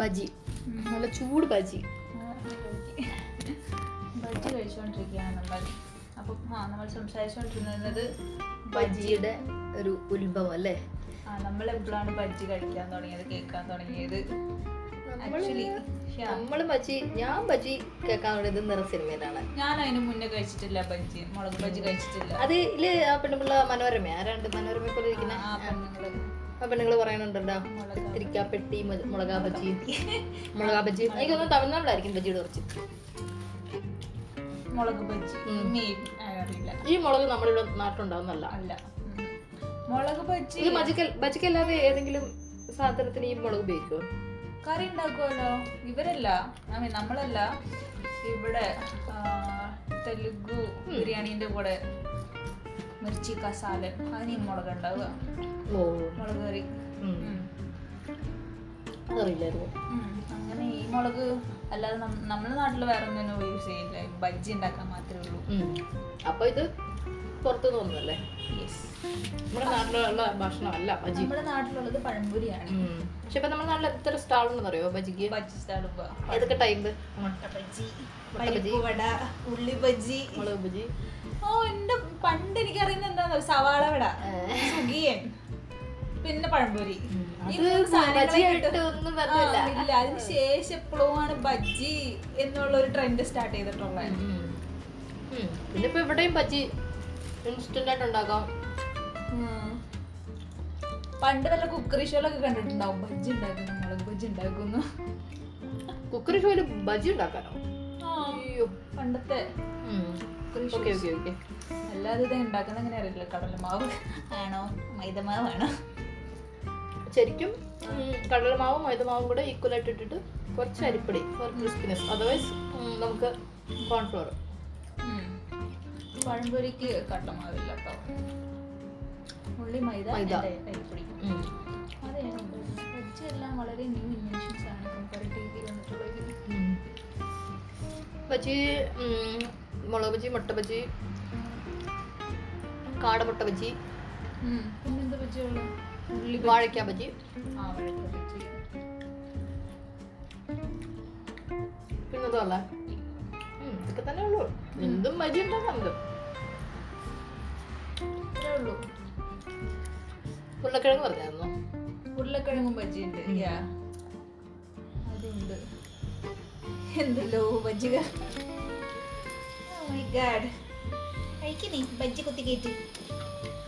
ബജി നല്ല ചൂട് ബജി ബജ്ജി കഴിച്ചുകൊണ്ടിരിക്കുകയാണ് നമ്മൾ അപ്പം ആ നമ്മൾ സംസാരിച്ചുകൊണ്ടിരുന്നത് ബജിയുടെ ഒരു ഉത്ഭവം അല്ലേ ആ നമ്മൾ എപ്പോഴാണ് ബജ്ജി കഴിക്കാൻ തുടങ്ങിയത് കേൾക്കാൻ തുടങ്ങിയത് ആക്ച്വലി നമ്മൾ ബജി ഞാൻ ബജി കേൾക്കാൻ തുടങ്ങിയത് നിറ സിനിമയിലാണ് ഞാൻ അതിന് മുന്നേ കഴിച്ചിട്ടില്ല ബജ്ജി മുളക് ബജ്ജി കഴിച്ചിട്ടില്ല അതില് ആ പെണ്ണുപിള്ള മനോരമ ആരാണ്ട് മനോരമ പോലെ ഇരിക്കുന്ന ആ പെണ്ണുങ്ങള് ആ പെണ്ണുങ്ങൾ പറയണുണ്ടല്ലോ മുളക് തിരിക്കാപ്പെട്ടി മു- മുളകാ ബജി മുളകാ ബജി എനിക്ക് തോന്നുന്നു തമിഴ്നാട്ടിലായിരിക്കും ബജിയുടെ കുറച്ച് മുളക് ബജ്ജി ഉം. മെയിൻ അറിയില്ല ഈ മുളക് നമ്മുടെ ഇവിടെ നാട്ടിലുണ്ടാവുന്നല്ല അല്ല ഉം. മുളക് ബജ്ജി ഇത് ബജിക്കൽ ബജിക്കല്ലാതെ ഏതെങ്കിലും സാധനത്തിന് ഈ മുളക് ഉപയോഗിക്കുമോ കറി ഉണ്ടാക്കുമല്ലോ ഇവരല്ല I mean, നമ്മളല്ല ഇവിടെ ആ, തെലുഗു ബിരിയാണീൻ്റെ കൂടെ മിർച്ചി കസാല അതിന് ഈ മുളക് ഉണ്ടാവുക ഓ മുളക് കറി ഉം. ഉം. അതറിയില്ലായിരുന്നു ഉം. അങ്ങനെ ഈ മുളക് അല്ലാതെ നം- നമ്മുടെ നാട്ടിൽ വേറെ ഒന്നും യൂസ് ചെയ്യില്ല ബജ്ജി ഉണ്ടാക്കാൻ മാത്രമേ ഉള്ളൂ ഉം. അപ്പൊ ഇത് പുറത്തു തോന്നുന്നല്ലേ യെസ് നമ്മുടെ നാട്ടിലുള്ള ഭക്ഷണമല്ല ബജി നമ്മുടെ നാട്ടിലുള്ളത് പഴംപൊരിയാണ് ഉം. പക്ഷെ ഇപ്പൊ നമ്മുടെ നാട്ടിൽ എത്ര സ്റ്റാൾ ഉണ്ടെന്ന് അറിയോ ബജിക്ക് ബജ്ജി തടുക ഏതൊക്കെ ടൈം മുട്ട ബജ്ജി മുട്ട ബജ്ജി. പരിപ്പ് വട ഉള്ളി ബജ്ജി മുളക് ബജി ഓ എന്റെ പണ്ട് എനിക്കറിയുന്ന എന്താന്ന് സവാള വട സുഖിയൻ പിന്നെ പഴംപൊരി ഈ അത് മൂന്ന് സാധനങ്ങളെ ബജിയായിട്ട് കിട്ടും. ഒന്നും ആ, ബന്ധമില്ല ഇല്ല അതിന് ശേഷം എപ്പോഴും ആണ് ബജ്ജി എന്നുള്ള ഒരു ട്രെൻഡ് സ്റ്റാർട്ട് ചെയ്തിട്ടുള്ളത് ഉം. ഉം. പിന്നെ ഇപ്പൊ ഇവിടെയും ബജി ഇൻസ്റ്റന്റ് ആയിട്ട് ഉണ്ടാക്കാം പണ്ട് വല്ല കുക്കറി ഷോയിലൊക്കെ കണ്ടിട്ടുണ്ടാവും ബജ്ജി ഉണ്ടാക്കുന്നു മുളക് ബജ്ജി ഉണ്ടാക്കുന്നു കുക്കറി ഷോയില് ബജി ഉണ്ടാക്കാനോ ആ, അയ്യോ പണ്ടത്തെ ഓക്കെ ഓക്കെ ഓക്കെ അല്ലാതെ ഇത് ഉണ്ടാക്കുന്ന അങ്ങനെ അറിയില്ല കടലമാവ് ആണോ മൈദമാവ് ആണോ ശരിക്കും ഉം, കടലമാവും മൈദമാവും കൂടെ ഈക്വൽ ആയിട്ട് ഇട്ടിട്ട് കുറച്ച് അരിപ്പൊടി ഫോർ ക്രിസ്പിനെസ് അതർവൈസ് നമുക്ക് കോൺഫ്ലോർ പഴംപൊരിക്ക് കട്ടമാവില്ല കേട്ടോ ഉള്ളി മൈദ മൈദ. and അരിപ്പൊടി അതെ ബജ്ജി എല്ലാം വളരെ ന്യൂ ഇൻവെൻഷൻസ് ആണ് കമ്പാരിറ്റീവ്ലി വന്നിട്ടുള്ളത് ബജി ഉം, മുളക് ബജി മുട്ട ബജി കാട മുട്ട ബജി പിന്നെന്താ ബജ്ജിയുള്ളു ഉള്ളി വാഴയ്ക്ക ബജി ആ വഴക്ക ബജ്ജി പിന്നെ ഇതല്ല ഇതൊക്കെ തന്നെ ഉള്ളൂ എന്തും ബജി ഉണ്ടാക്കാം നമുക്ക് ഇത്രേ ഉള്ളൂ ഉരുളക്കിഴങ്ങ് പറഞ്ഞായിരുന്നു ഉരുളക്കിഴങ്ങും ബജ്ജി ഉണ്ട് യാ അതുണ്ട് എന്തല്ലോ ബജ്ജികൾ Oh my God. കഴിക്ക് നീ ബജ്ജി കുത്തി കയറ്റി